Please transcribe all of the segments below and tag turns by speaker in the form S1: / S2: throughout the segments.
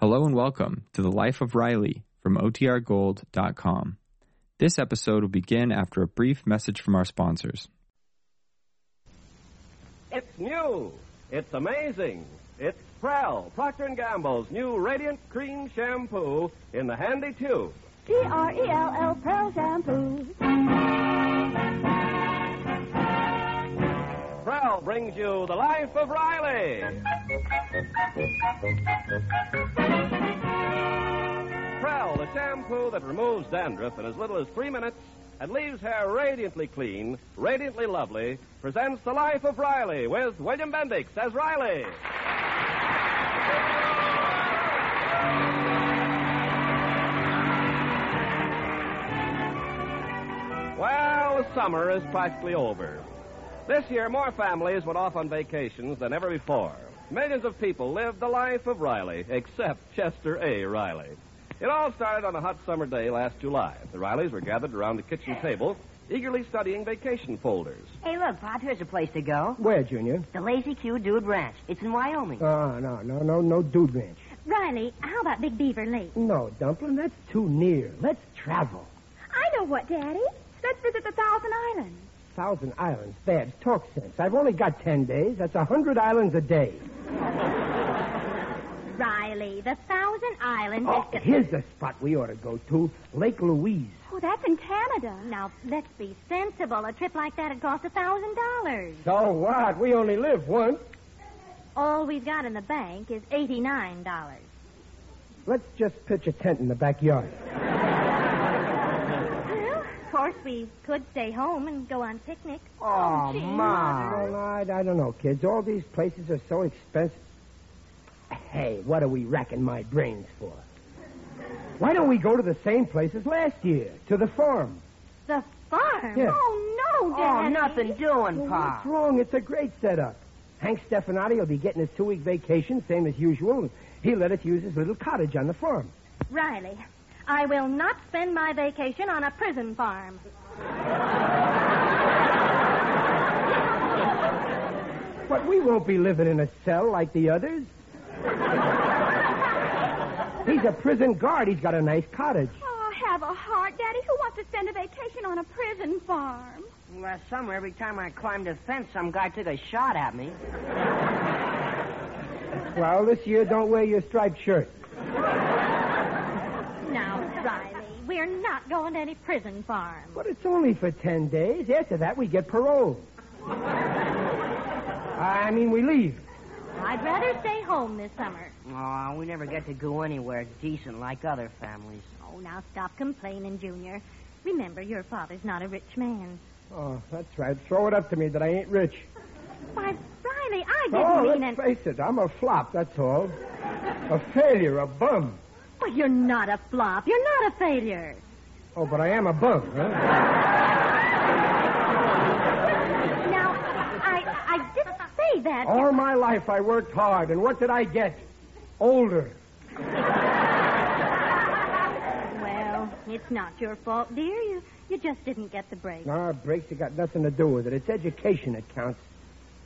S1: Hello and welcome to The Life of Riley from OTRGold.com. This episode will begin after a brief message from our sponsors.
S2: It's new. It's amazing. It's Prell, Procter & Gamble's new Radiant Cream Shampoo in the handy tube.
S3: P R E L L Pearl Shampoo.
S2: Prell brings you The Life of Riley. Prell, the shampoo that removes dandruff in as little as three minutes and leaves hair radiantly clean, radiantly lovely, presents The Life of Riley with William Bendix as Riley. Well, the summer is practically over. This year, more families went off on vacations than ever before. Millions of people lived the life of Riley, except Chester A. Riley. It all started on a hot summer day last July. The Rileys were gathered around the kitchen table, eagerly studying vacation folders.
S4: Hey, look, Pop, here's a place to go.
S5: Where, Junior?
S4: The Lazy Q Dude Ranch. It's in Wyoming.
S5: Oh, no, no, no, no dude ranch.
S3: Riley, how about Big Beaver Lake?
S5: No, Dumpling, that's too near. Let's travel.
S3: I know what, Daddy. Let's visit the Thousand Islands.
S5: Thousand Islands, Babs, talk sense. I've only got ten days. That's a hundred islands a day.
S3: Riley, the Thousand Islands
S5: Oh,
S3: is.
S5: here's the spot we ought to go to. Lake Louise.
S3: Oh, that's in Canada. Now, let's be sensible. A trip like that'd cost a thousand dollars.
S5: So what? We only live once.
S3: All we've got in the bank is eighty-nine dollars.
S5: Let's just pitch a tent in the backyard.
S3: Well, of course, we could stay home and go on picnic.
S5: Oh,
S3: gee,
S5: Well, I, I don't know, kids. All these places are so expensive. Hey, what are we racking my brains for? Why don't we go to the same places last year? To the farm.
S3: The farm?
S5: Yeah.
S3: Oh, no,
S4: Oh,
S3: Daddy.
S4: nothing doing,
S5: Well,
S4: Pop.
S5: What's wrong? It's a great setup. Hank Stefanati will be getting his two week vacation, same as usual, and he let us use his little cottage on the farm.
S3: Riley, I will not spend my vacation on a prison farm.
S5: But we won't be living in a cell like the others. He's a prison guard. He's got a nice cottage.
S3: Oh, have a heart, Daddy. Who wants to spend a vacation on a prison farm?
S4: Last summer, every time I climbed a fence, some guy took a shot at me.
S5: Well, this year, don't wear your striped shirt.
S3: Now, Riley, we're not going to any prison farm.
S5: But it's only for ten days. After that, we get parole. I mean, we leave.
S3: I'd rather stay home this summer.
S4: Oh, we never get to go anywhere decent like other families.
S3: Oh, now stop complaining, Junior. Remember, your father's not a rich man.
S5: Oh, that's right. Throw it up to me that I ain't rich.
S3: Why, Riley, I didn't
S5: Oh,
S3: mean
S5: let's
S3: an.
S5: face it. I'm a flop, that's all. A failure, a bum.
S3: Well, you're not a flop. You're not a failure.
S5: Oh, but I am a bum, huh?
S3: Now, I, I didn't say that.
S5: All my life I worked hard, and what did I get? Older.
S3: Well, it's not your fault, dear. You, you just didn't get the break.
S5: Nah, breaks have got nothing to do with it. It's education that counts.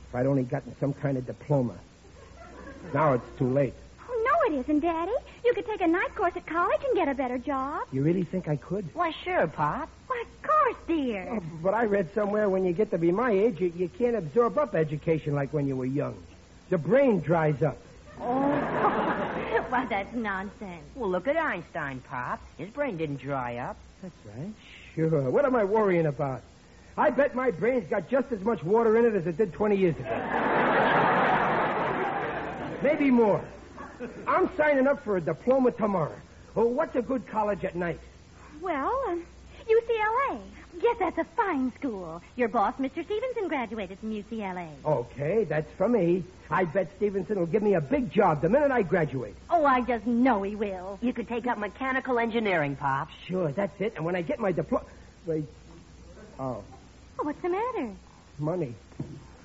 S5: If I'd only gotten some kind of diploma. Now it's too late.
S3: Oh, no, it isn't, Daddy. You could take a night course at college and get a better job.
S5: You really think I could?
S4: Why, sure, Pop.
S3: Why, of course, dear.
S5: Oh, but I read somewhere when you get to be my age, you, you can't absorb up education like when you were young. The brain dries up.
S3: Oh, well, that's nonsense.
S4: Well, look at Einstein, Pop. His brain didn't dry up.
S5: That's right. Sure. What am I worrying about? I bet my brain's got just as much water in it as it did 20 years ago. Maybe more. I'm signing up for a diploma tomorrow. Oh, what's a good college at night?
S3: Well, um, UCLA. Yes, that's a fine school. Your boss, Mr. Stevenson, graduated from UCLA.
S5: Okay, that's for me. I bet Stevenson will give me a big job the minute I graduate.
S3: Oh, I just know he will.
S4: You could take up mechanical engineering, Pop.
S5: Sure, that's it. And when I get my diploma. Wait. Oh,
S3: Oh, what's the matter?
S5: money.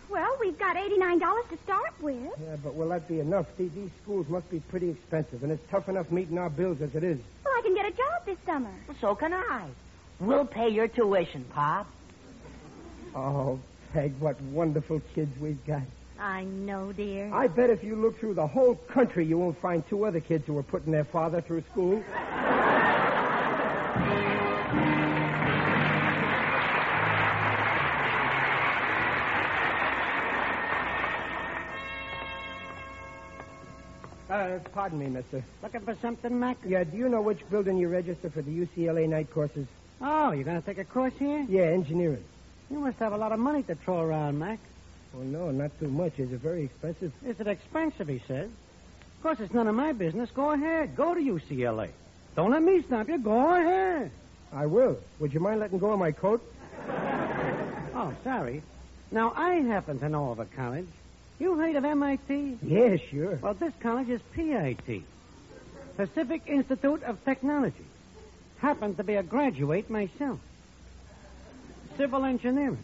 S3: Well, we've got $89 to start with.
S5: Yeah, but will that be enough? These, these schools must be pretty expensive, and it's tough enough meeting our bills as it is.
S3: Well, I can get a job this summer.
S4: So can I. We'll pay your tuition, Pop.
S5: Oh, Peg, what wonderful kids we've got.
S3: I know, dear.
S5: I bet if you look through the whole country, you won't find two other kids who were putting their father through school. Uh, pardon me, mister.
S4: Looking for something, Mac?
S5: Yeah, do you know which building you register for the UCLA night courses?
S4: Oh, you're going to take a course here?
S5: Yeah, engineering.
S4: You must have a lot of money to throw around, Mac.
S5: Oh, no, not too much. Is it very expensive?
S4: Is it expensive, he says. Of course, it's none of my business. Go ahead. Go to UCLA. Don't let me stop you. Go ahead.
S5: I will. Would you mind letting go of my coat?
S4: Oh, sorry. Now, I happen to know of a college. You heard of MIT?
S5: Yeah, sure.
S4: Well, this college is PIT, Pacific Institute of Technology. Happened to be a graduate myself. Civil engineering.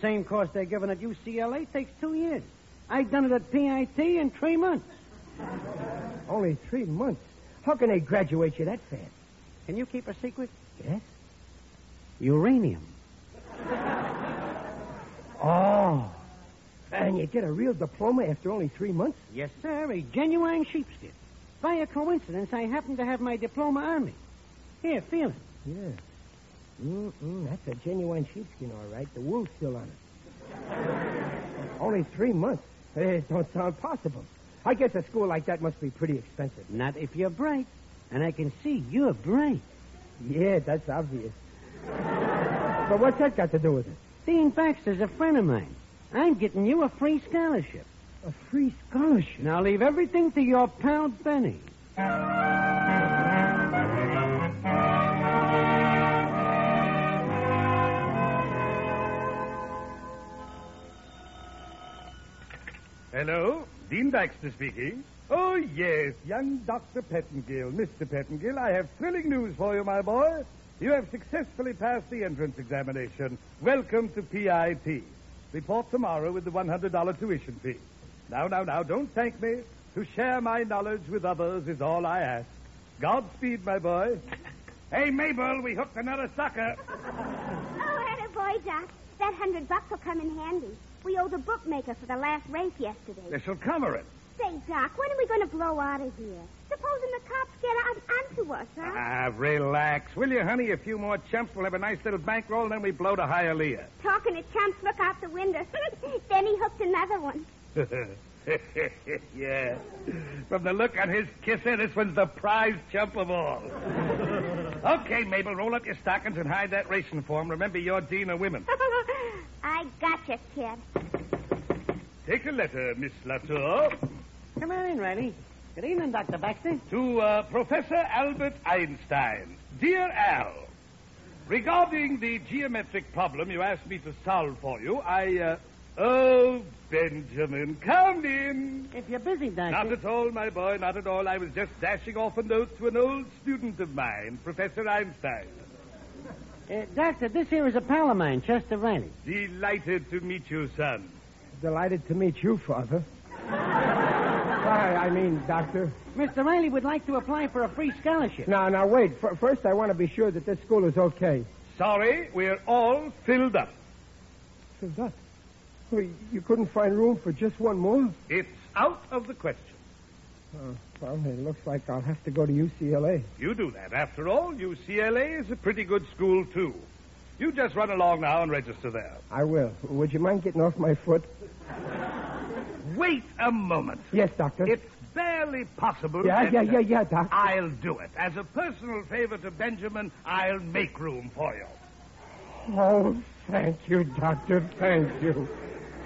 S4: Same course they're given at UCLA takes two years. I done it at PIT in three months.
S5: Only three months. How can they graduate you that fast?
S4: Can you keep a secret?
S5: Yes?
S4: Uranium.
S5: Oh. And you get a real diploma after only three months?
S4: Yes, sir, a genuine sheepskin. By a coincidence, I happen to have my diploma on me. Here, feel it.
S5: Yeah. Mm-mm, that's a genuine sheepskin, all right. The wool's still on it. only three months. Eh, It don't sound possible. I guess a school like that must be pretty expensive.
S4: Not if you're bright. And I can see you're bright.
S5: Yeah, that's obvious. but what's that got to do with it?
S4: Dean Baxter's a friend of mine. I'm getting you a free scholarship.
S5: A free scholarship.
S4: Now leave everything to your pal Benny.
S6: Hello, Dean Baxter speaking. Oh, yes, young Dr. Pettingill. Mr. Pettingill, I have thrilling news for you, my boy. You have successfully passed the entrance examination. Welcome to PIP. Report tomorrow with the $100 tuition fee. Now, now, now, don't thank me. To share my knowledge with others is all I ask. Godspeed, my boy. Hey, Mabel, we hooked another sucker.
S7: Oh, boy, Doc. That hundred bucks will come in handy. We owe the bookmaker for the last race yesterday.
S6: This'll cover it.
S7: Say, Doc, when are we going to blow out of here? Supposing the cops get on, onto us, huh?
S6: Ah, relax. Will you, honey? A few more chumps. We'll have a nice little bankroll, and then we blow to Hialeah.
S7: Talking to chumps, look out the window. then he hooked another one.
S6: yeah. From the look on his kisser, this one's the prize chump of all. okay, Mabel, roll up your stockings and hide that racing form. Remember, you're Dean of Women.
S7: I gotcha, kid.
S6: Take a letter, Miss Latour,
S4: Come on in, Riley. Good evening, Dr. Baxter.
S6: to uh, Professor Albert Einstein. Dear Al, regarding the geometric problem you asked me to solve for you, I. Uh... Oh, Benjamin, come in.
S4: If you're busy, Doctor.
S6: Not at all, my boy, not at all. I was just dashing off a note to an old student of mine, Professor Einstein.
S4: Uh, doctor, this here is a pal of mine, Chester Riley.
S6: Delighted to meet you, son.
S5: Delighted to meet you, Father. I, I mean, Doctor.
S4: Mr. Riley would like to apply for a free scholarship.
S5: Now, now, wait. F- first, I want to be sure that this school is okay.
S6: Sorry, we're all filled up.
S5: So that? Well, you couldn't find room for just one more?
S6: It's out of the question.
S5: Oh, well, it looks like I'll have to go to UCLA.
S6: You do that. After all, UCLA is a pretty good school, too. You just run along now and register there.
S5: I will. Would you mind getting off my foot?
S6: Wait a moment.
S5: Yes, Doctor.
S6: It's barely possible.
S5: yeah,
S6: and-
S5: yeah, yeah, yeah, Doc.
S6: I'll do it. As a personal favor to Benjamin, I'll make room for you.
S5: Oh, thank you, Doctor. Thank you.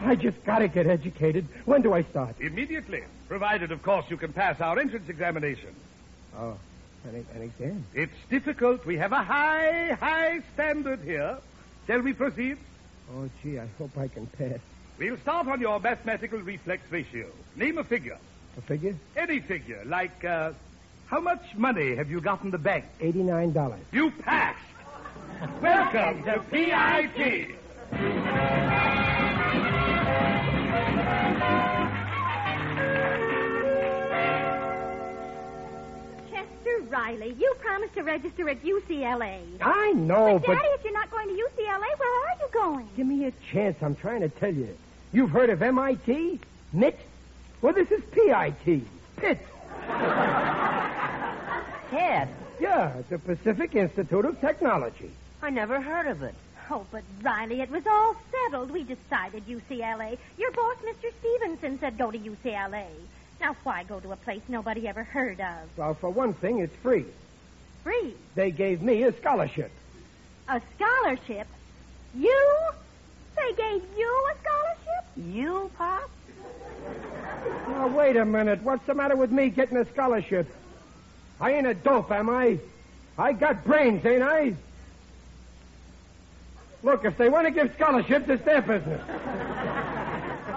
S5: I just got to get educated. When do I start?
S6: Immediately. Provided, of course, you can pass our entrance examination.
S5: Oh, an, an exam.
S6: It's difficult. We have a high, high standard here. Shall we proceed?
S5: Oh, gee, I hope I can pass.
S6: We'll start on your mathematical reflex ratio. Name a figure.
S5: A figure?
S6: Any figure. Like, uh, how much money have you got in the bank?
S5: $89.
S6: You passed. Welcome to PIT.
S3: Chester Riley, you promised to register at UCLA.
S5: I know, but...
S3: Daddy, if you're not going to UCLA, where are you going?
S5: Give me a chance. I'm trying to tell you. You've heard of MIT? Mitch? Well, this is P-I-T. Pit.
S8: Ted,
S5: Yeah, the Pacific Institute of Technology.
S8: I never heard of it.
S3: Oh, but Riley, it was all settled. We decided UCLA. Your boss, Mr. Stevenson, said go to UCLA. Now, why go to a place nobody ever heard of?
S5: Well, for one thing, it's free.
S3: Free.
S5: They gave me a scholarship.
S3: A scholarship? You? They gave you a scholarship?
S8: You, Pop?
S5: Now, wait a minute. What's the matter with me getting a scholarship? I ain't a dope, am I? I got brains, ain't I? Look, if they want to give scholarships, it's their business.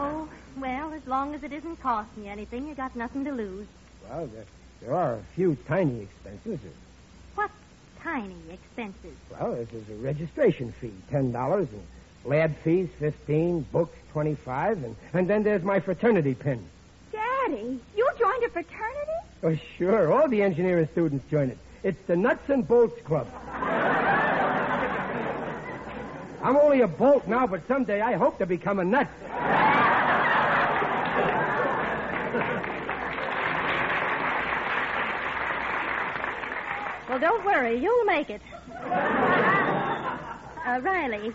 S3: Oh, well, as long as it isn't costing you anything, you got nothing to lose.
S5: Well, there, there are a few tiny expenses.
S3: What tiny expenses?
S5: Well, this is a registration fee, ten dollars, and lab fees fifteen, books twenty-five, and and then there's my fraternity pin.
S7: Daddy, you joined a fraternity?
S5: Oh, sure, all the engineering students join it. It's the Nuts and Bolts Club. I'm only a bolt now, but someday I hope to become a nut.
S3: Well, don't worry. You'll make it. uh, Riley,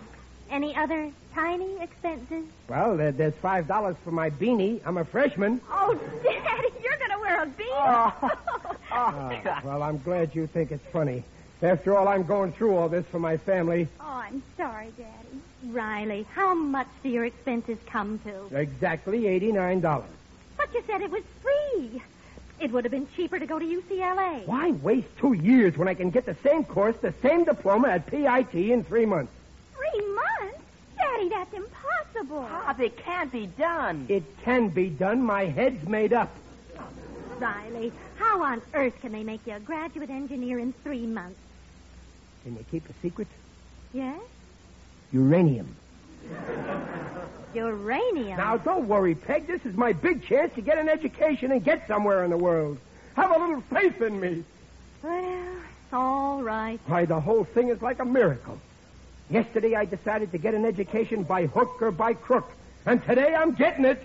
S3: any other tiny expenses?
S5: Well, there, there's five dollars for my beanie. I'm a freshman.
S3: Oh, Daddy, you're going to wear a beanie.
S8: Oh,
S3: Oh,
S5: Ah, well, I'm glad you think it's funny. After all, I'm going through all this for my family.
S7: Oh, I'm sorry, Daddy.
S3: Riley, how much do your expenses come to?
S5: Exactly eighty-nine dollars.
S3: But you said it was free. It would have been cheaper to go to UCLA.
S5: Why waste two years when I can get the same course, the same diploma at PIT in three months?
S7: Three months? Daddy, that's impossible.
S8: Pop, it can't be done.
S5: It can be done. My head's made up.
S3: Riley, how on earth can they make you a graduate engineer in three months?
S5: Can you keep a secret?
S3: Yes?
S5: Uranium.
S3: Uranium.
S5: Now, don't worry, Peg. This is my big chance to get an education and get somewhere in the world. Have a little faith in me.
S3: Well, all right.
S5: Why, the whole thing is like a miracle. Yesterday, I decided to get an education by hook or by crook. And today, I'm getting it.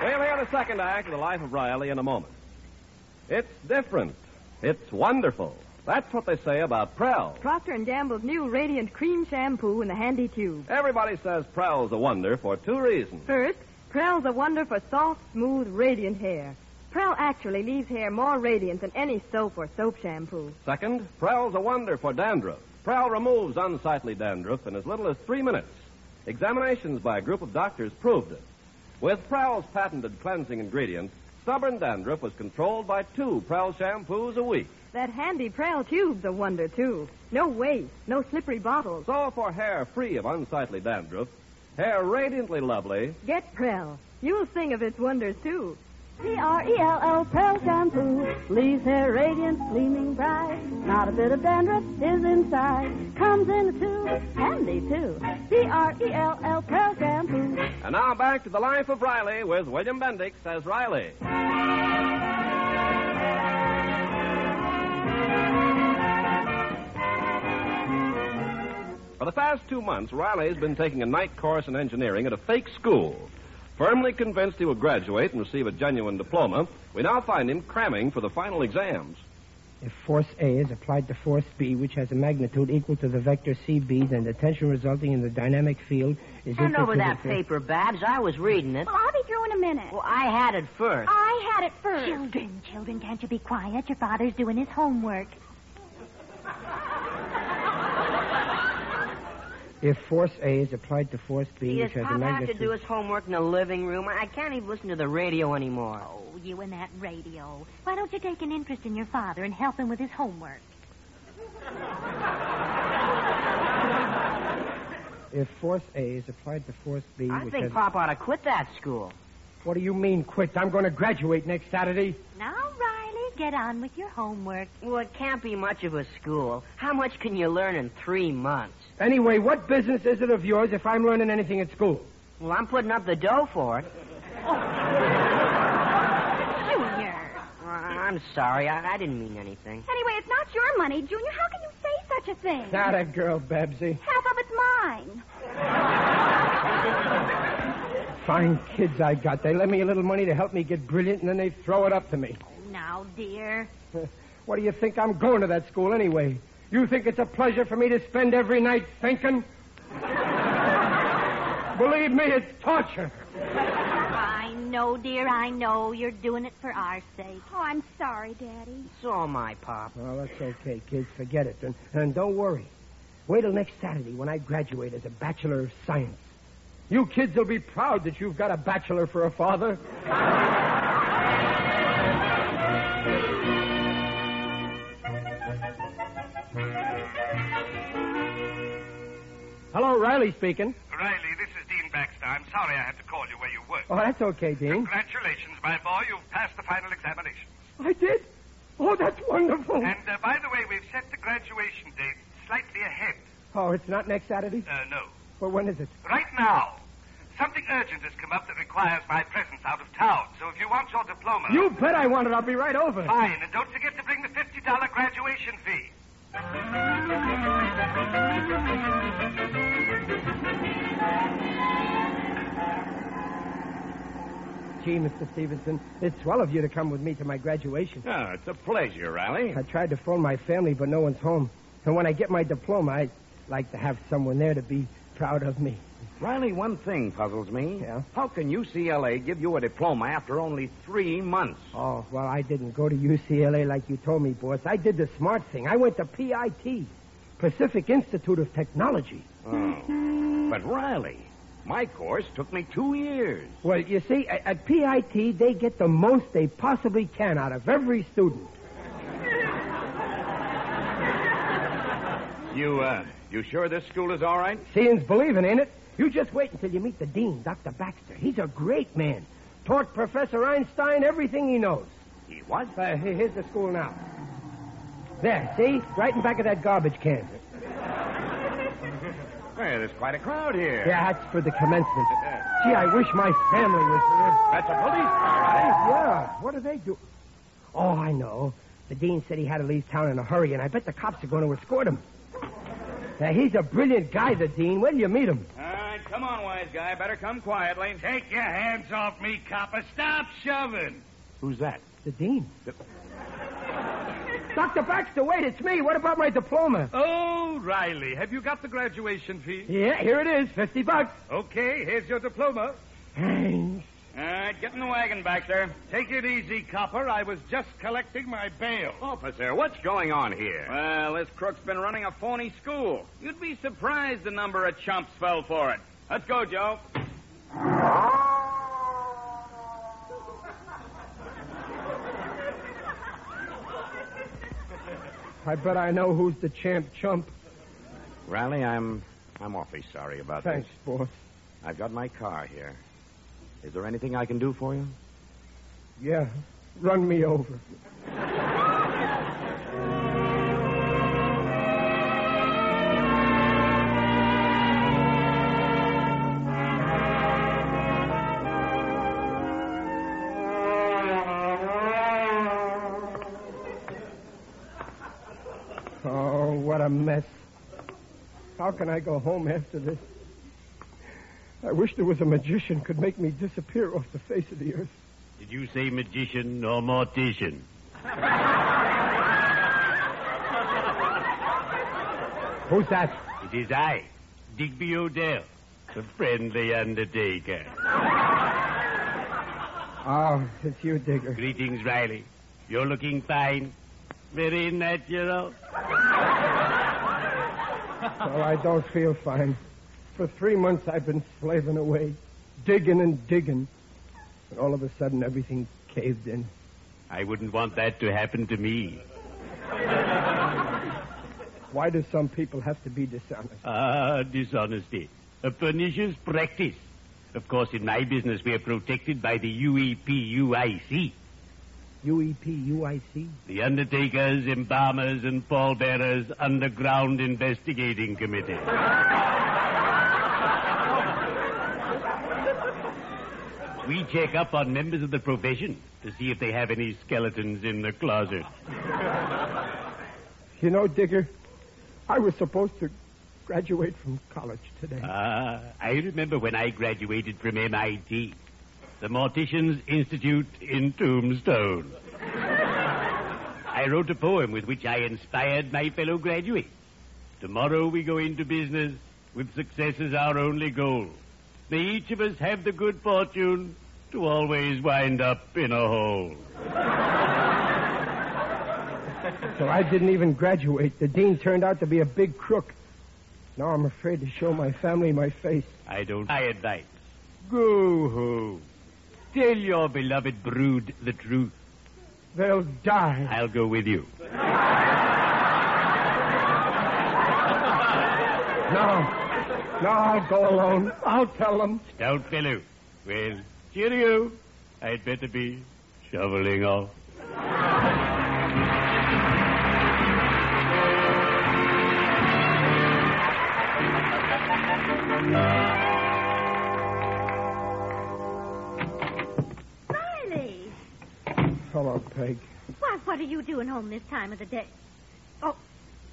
S2: We'll hear the second act of The Life of Riley in a moment. It's different. It's wonderful. That's what they say about Prell.
S9: Procter & Gamble's new Radiant Cream Shampoo in the handy tube.
S2: Everybody says Prell's a wonder for two reasons.
S9: First, Prell's a wonder for soft, smooth, radiant hair. Prell actually leaves hair more radiant than any soap or soap shampoo.
S2: Second, Prell's a wonder for dandruff. Prell removes unsightly dandruff in as little as three minutes. Examinations by a group of doctors proved it. With Prell's patented cleansing ingredient, stubborn dandruff was controlled by two Prell shampoos a week.
S9: That handy Prell tube's a wonder, too. No waste, no slippery bottles.
S2: So for hair free of unsightly dandruff, hair radiantly lovely,
S9: Get Prell. You'll sing of its wonders, too.
S10: E P-R-E-L-L, Pearl Shampoo. Leaves hair radiant, gleaming bright. Not a bit of dandruff is inside. Comes in a tube, handy too. E P-R-E-L-L, Pearl Shampoo.
S2: And now back to the life of Riley with William Bendix as Riley. For the past two months, Riley has been taking a night course in engineering at a fake school. Firmly convinced he will graduate and receive a genuine diploma, we now find him cramming for the final exams.
S5: If force A is applied to force B, which has a magnitude equal to the vector CB, then the tension resulting in the dynamic field is
S8: Hand
S5: equal
S8: over
S5: to
S8: that
S5: the...
S8: paper, Babs. I was reading it.
S7: Well, I'll be through in a minute.
S8: Well, I had it first.
S7: I had it first.
S3: Children, children, can't you be quiet? Your father's doing his homework.
S5: If force A is applied to force B,
S8: He
S5: which
S8: does
S5: has
S8: Pop have
S5: a
S8: to
S5: magnitude...
S8: do his homework in the living room? I can't even listen to the radio anymore.
S3: Oh, you and that radio. Why don't you take an interest in your father and help him with his homework?
S5: If force A is applied to force B,
S8: I
S5: which
S8: think
S5: has...
S8: Pop ought to quit that school.
S5: What do you mean, quit? I'm going to graduate next Saturday.
S3: Now, Riley, get on with your homework.
S8: Well, it can't be much of a school. How much can you learn in three months?
S5: Anyway, what business is it of yours if I'm learning anything at school?
S8: Well, I'm putting up the dough for it.
S3: Junior.
S8: Uh, I'm sorry. I, I didn't mean anything.
S7: Anyway, it's not your money, Junior. How can you say
S11: such a thing.
S5: Not a girl, Bebsy.
S11: Half of it's mine.
S5: Fine kids I got. They lend me a little money to help me get brilliant, and then they throw it up to me.
S3: Now, dear.
S5: What do you think? I'm going to that school anyway. You think it's a pleasure for me to spend every night thinking? Believe me, it's torture.
S3: I know, dear, I know. You're doing it for our sake.
S11: Oh, I'm sorry, Daddy.
S12: So am I, Pop.
S5: Well, that's okay, kids. Forget it. And, and don't worry. Wait till next Saturday when I graduate as a Bachelor of Science. You kids will be proud that you've got a bachelor for a father. Hello, Riley speaking.
S6: Riley, this is Dean Baxter. I'm sorry I had to call you where you work.
S5: Oh, that's okay, Dean.
S6: Congratulations, my boy. You've passed the final examinations.
S5: I did? Oh, that's wonderful.
S6: And uh, by the way, we've set the graduation date slightly ahead.
S5: Oh, it's not next Saturday?
S6: Uh, no.
S5: Well, when is it?
S6: Right now, something urgent has come up that requires my presence out of town. So if you want your diploma.
S5: You bet I want it. I'll be right over.
S6: Fine, and don't forget to bring the $50 graduation fee.
S5: Gee, Mr. Stevenson, it's swell of you to come with me to my graduation.
S13: Ah, it's a pleasure, Riley.
S5: I tried to phone my family, but no one's home. And when I get my diploma, I'd like to have someone there to be proud of me.
S13: Riley, one thing puzzles me.
S5: Yeah?
S13: How can UCLA give you a diploma after only three months?
S5: Oh, well, I didn't go to UCLA like you told me, boss. I did the smart thing. I went to PIT, Pacific Institute of Technology.
S13: Oh. But, Riley, my course took me two years.
S5: Well, you see, at, at PIT, they get the most they possibly can out of every student.
S13: You, uh, you sure this school is all right?
S5: Seeing's believing, ain't it? You just wait until you meet the dean, Dr. Baxter. He's a great man. Taught Professor Einstein everything he knows.
S13: He was?
S5: Uh, he- here's the school now. There, see? Right in back of that garbage can.
S13: Well, there's quite a crowd here.
S5: Yeah, that's for the commencement. Gee, I wish my family was
S13: That's a police car,
S5: there.
S13: Riley.
S5: Yeah, what do they do? Oh, I know. The dean said he had to leave town in a hurry, and I bet the cops are going to escort him. Now, he's a brilliant guy, the dean. When do you meet him?
S6: All right, come on, wise guy. Better come quietly. Take your hands off me, copper. Stop shoving.
S13: Who's that?
S5: The dean. Dr. Baxter, wait, it's me. What about my diploma?
S6: Oh, Riley, have you got the graduation fee?
S5: Yeah, here it is. 50 bucks.
S6: Okay, here's your diploma.
S5: Thanks.
S6: All right, get in the wagon back there. Take it easy, copper. I was just collecting my bail.
S13: Officer, what's going on here?
S6: Oh, Well, this crook's been running a phony school. You'd be surprised the number of chumps fell for it. Let's go, Joe.
S5: I bet I know who's the champ chump.
S13: Riley, I'm I'm awfully sorry about
S5: Thanks,
S13: this.
S5: boss.
S13: I've got my car here. Is there anything I can do for you?
S5: Yeah, run me over. Oh, what a mess. How can I go home after this? I wish there was a magician could make me disappear off the face of the earth.
S14: Did you say magician or mortician?
S5: Who's that?
S14: It is I, Digby Odell, the friendly undertaker.
S5: Oh, it's you, Digger.
S14: Greetings, Riley. You're looking fine. Very natural.
S5: Well, I don't feel fine. For three months, I've been slaving away, digging and digging. And all of a sudden, everything caved in.
S14: I wouldn't want that to happen to me.
S5: Why do some people have to be dishonest?
S14: Ah, dishonesty. A pernicious practice. Of course, in my business, we are protected by the E UEPUIC.
S5: E UEPUIC?
S14: The Undertakers, Embalmers, and Pallbearers Underground Investigating Committee. we check up on members of the profession to see if they have any skeletons in the closet.
S5: You know, Digger, I was supposed to graduate from college today.
S14: Ah, I remember when I graduated from MIT, the Morticians Institute in Tombstone. I wrote a poem with which I inspired my fellow graduates. Tomorrow we go into business with success as our only goal. May each of us have the good fortune to always wind up in a hole.
S5: So I didn't even graduate. The dean turned out to be a big crook. Now I'm afraid to show my family my face.
S14: I don't. I advise. Go home. Tell your beloved brood the truth.
S5: They'll die.
S14: I'll go with you.
S5: No. No, I'll go alone. I'll tell them.
S14: Stout fellow. Well, cheerio. I'd better be shoveling off.
S3: Riley!
S5: Hello, Peg.
S3: Why, what are you doing home this time of the day? Oh,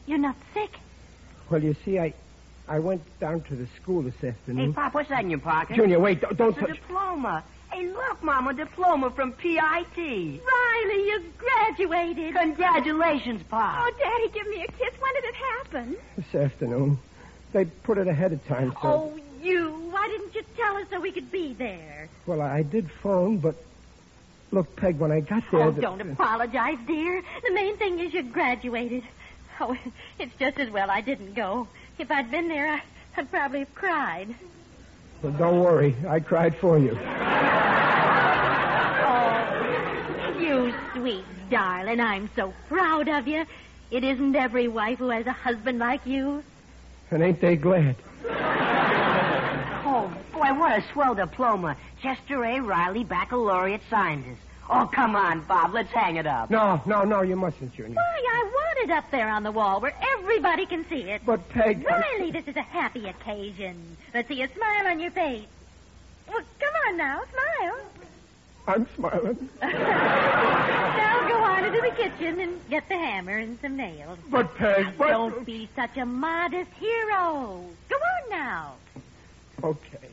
S3: you're not sick?
S5: Well, you see, I I went down to the school this
S8: Hey,
S5: afternoon.
S8: Pop, what's that in your pocket?
S5: Hmm? Junior, wait, don't- don't
S8: It's a
S5: touch-
S8: diploma. Hey, look, Mom, a diploma from PIT.
S3: Riley, you've graduated.
S8: Congratulations, Pop.
S10: Oh, Daddy, give me a kiss. When did it happen?
S5: This afternoon. They put it ahead of time, so.
S3: Oh, you. Why didn't you tell us so we could be there?
S5: Well, I I did phone, but. Look, Peg, when I got there.
S3: Oh,
S5: the-
S3: don't apologize, dear. The main thing is you graduated. Oh, it's just as well I didn't go. If I'd been there, I, I'd probably have cried.
S5: Well, don't worry. I cried for you.
S3: Oh, You sweet darling, I'm so proud of you. It isn't every wife who has a husband like you.
S5: And ain't they glad?
S8: Oh, boy, what a swell diploma. Chester A. Riley Baccalaureate Scientist. Oh, come on, Bob. Let's hang it
S3: Uh,
S8: up.
S5: No, no, no, you mustn't, Junior.
S3: Why, I want it up there on the wall where everybody can see it.
S5: But, Peg.
S3: Riley, this is a happy occasion. Let's see a smile on your face. Well, come on now, smile.
S5: I'm smiling.
S3: Now go on into the kitchen and get the hammer and some nails.
S5: But, Peg, but.
S3: Don't be such a modest hero. Go on now.
S5: Okay.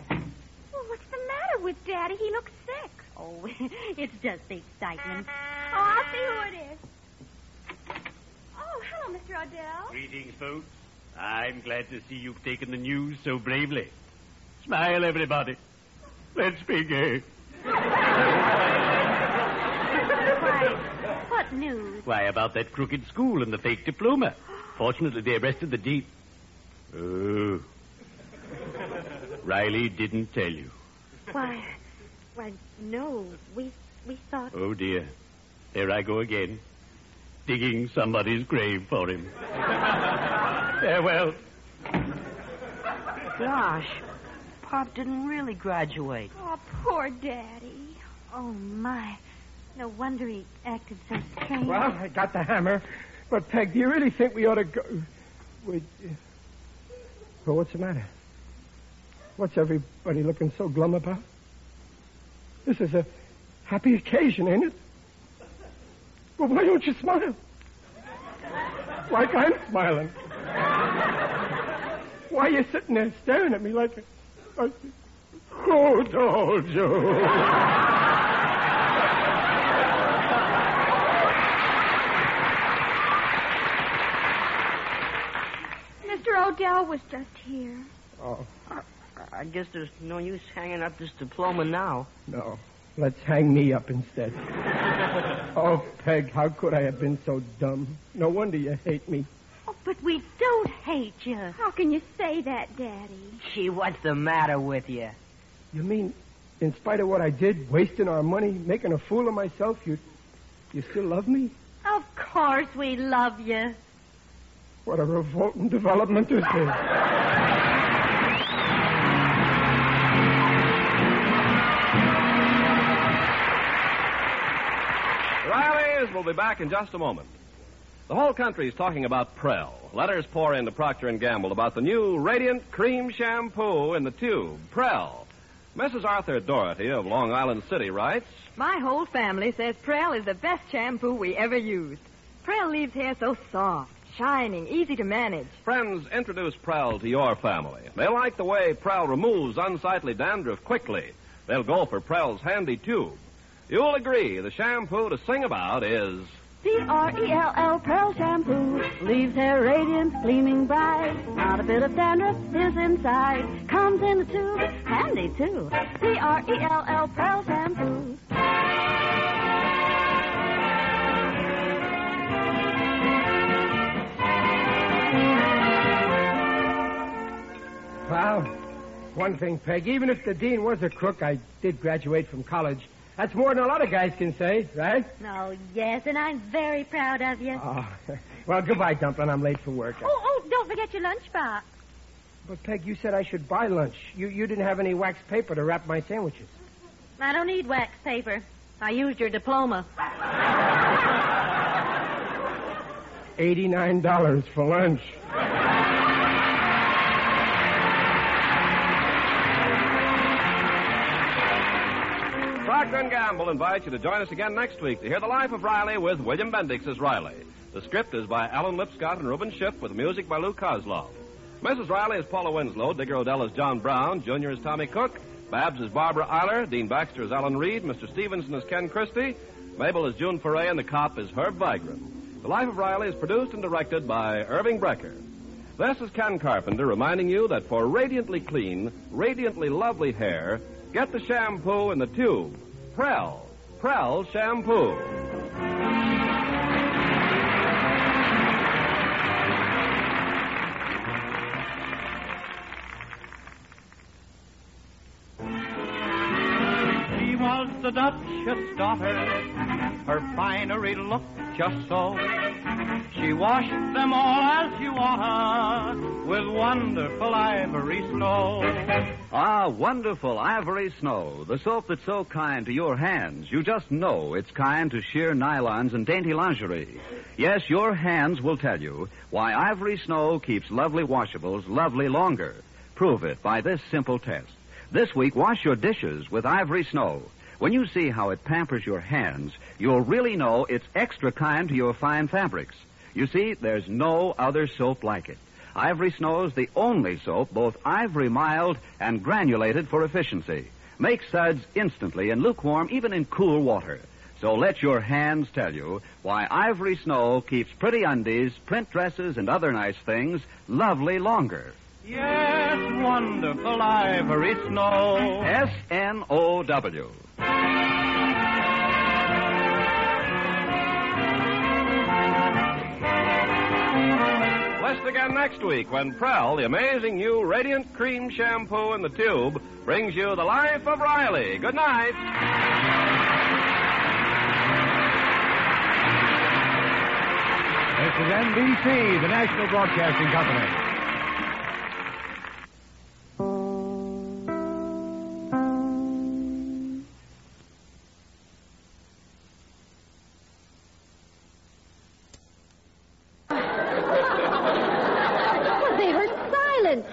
S3: Well, what's the matter with Daddy? He looks sick. Oh, it's just the excitement. Oh, I'll see who it is.
S10: Oh, hello, Mr. Odell.
S14: Greetings, folks. I'm glad to see you've taken the news so bravely. Smile, everybody. Let's be gay.
S3: Why, what news?
S14: Why, about that crooked school and the fake diploma. Fortunately, they arrested the deep. Oh. Riley didn't tell you.
S3: Why, why, no. We, we thought.
S14: Oh, dear. There I go again, digging somebody's grave for him.
S3: Uh,
S14: Farewell.
S8: Gosh, Pop didn't really graduate.
S10: Oh, poor Daddy.
S3: Oh, my. No wonder he acted so strange.
S5: Well, I got the hammer. But, Peg, do you really think we ought to go. Wait. Well, what's the matter? What's everybody looking so glum about? This is a happy occasion, ain't it? Well, why don't you smile? Like I'm smiling. Why are you sitting there staring at me like a. like- Who told you?
S10: Mr. Odell was just here.
S5: Oh,
S8: I guess there's no use hanging up this diploma now.
S5: no. Let's hang me up instead. Oh, Peg, how could I have been so dumb? No wonder you hate me.
S3: Oh, but we don't hate you.
S10: How can you say that, Daddy?
S8: Gee, what's the matter with you?
S5: You mean, in spite of what I did, wasting our money, making a fool of myself, you you still love me?
S3: Of course we love you.
S5: What a revolting development this is.
S2: Riley's will be back in just a moment. The whole country's talking about Prel. Letters pour into Procter and Gamble about the new Radiant Cream Shampoo in the tube, Prel. Mrs. Arthur Doherty of Long Island City writes,
S9: My whole family says Prel is the best shampoo we ever used. Prel leaves hair so soft, shining, easy to manage.
S2: Friends, introduce Prowl to your family. They like the way Prowl removes unsightly dandruff quickly. They'll go for Prowl's handy tube. You'll agree the shampoo to sing about is
S10: P R E L L Pearl Shampoo leaves hair radiant, gleaming bright. Not a bit of dandruff is inside. Comes in a tube, handy too. P R E L L Pearl Shampoo.
S5: Well, one thing, Peg. Even if the dean was a crook, I did graduate from college. That's more than a lot of guys can say, right?
S3: Oh, yes, and I'm very proud of you.
S5: Oh, well, goodbye, Dumplin'. I'm late for work.
S3: Oh, oh, don't forget your lunchbox.
S5: But, Peg, you said I should buy lunch. You, you didn't have any wax paper to wrap my sandwiches.
S3: I don't need wax paper. I used your diploma.
S5: $89 for lunch.
S2: Procter and Gamble invite you to join us again next week to hear the life of Riley with William Bendix as Riley. The script is by Alan Lipscott and Reuben Schiff with music by Lou Kozlov. Mrs. Riley is Paula Winslow, Digger Odell is John Brown, Junior is Tommy Cook, Babs is Barbara Eiler, Dean Baxter is Alan Reed, Mr. Stevenson is Ken Christie, Mabel is June Foray, and the cop is Herb Vigran. The Life of Riley is produced and directed by Irving Brecker. This is Ken Carpenter reminding you that for radiantly clean, radiantly lovely hair, get the shampoo in the tube. Prel. Prel shampoo.
S15: She was the Dutchess daughter, her finery looked just so. She washed them all as you ought with wonderful ivory snow.
S16: Ah, wonderful ivory snow, the soap that's so kind to your hands. You just know it's kind to sheer nylons and dainty lingerie. Yes, your hands will tell you why ivory snow keeps lovely washables lovely longer. Prove it by this simple test. This week, wash your dishes with ivory snow. When you see how it pampers your hands, you'll really know it's extra kind to your fine fabrics. You see, there's no other soap like it. Ivory Snow's the only soap both ivory mild and granulated for efficiency. Makes suds instantly and lukewarm even in cool water. So let your hands tell you why Ivory Snow keeps pretty undies, print dresses, and other nice things lovely longer.
S15: Yes, wonderful ivory snow.
S16: S N O W.
S2: Listen again next week when Prel, the amazing new radiant cream shampoo in the tube, brings you the life of Riley. Good night.
S17: This is NBC, the National Broadcasting Company.
S18: Well, they were silent.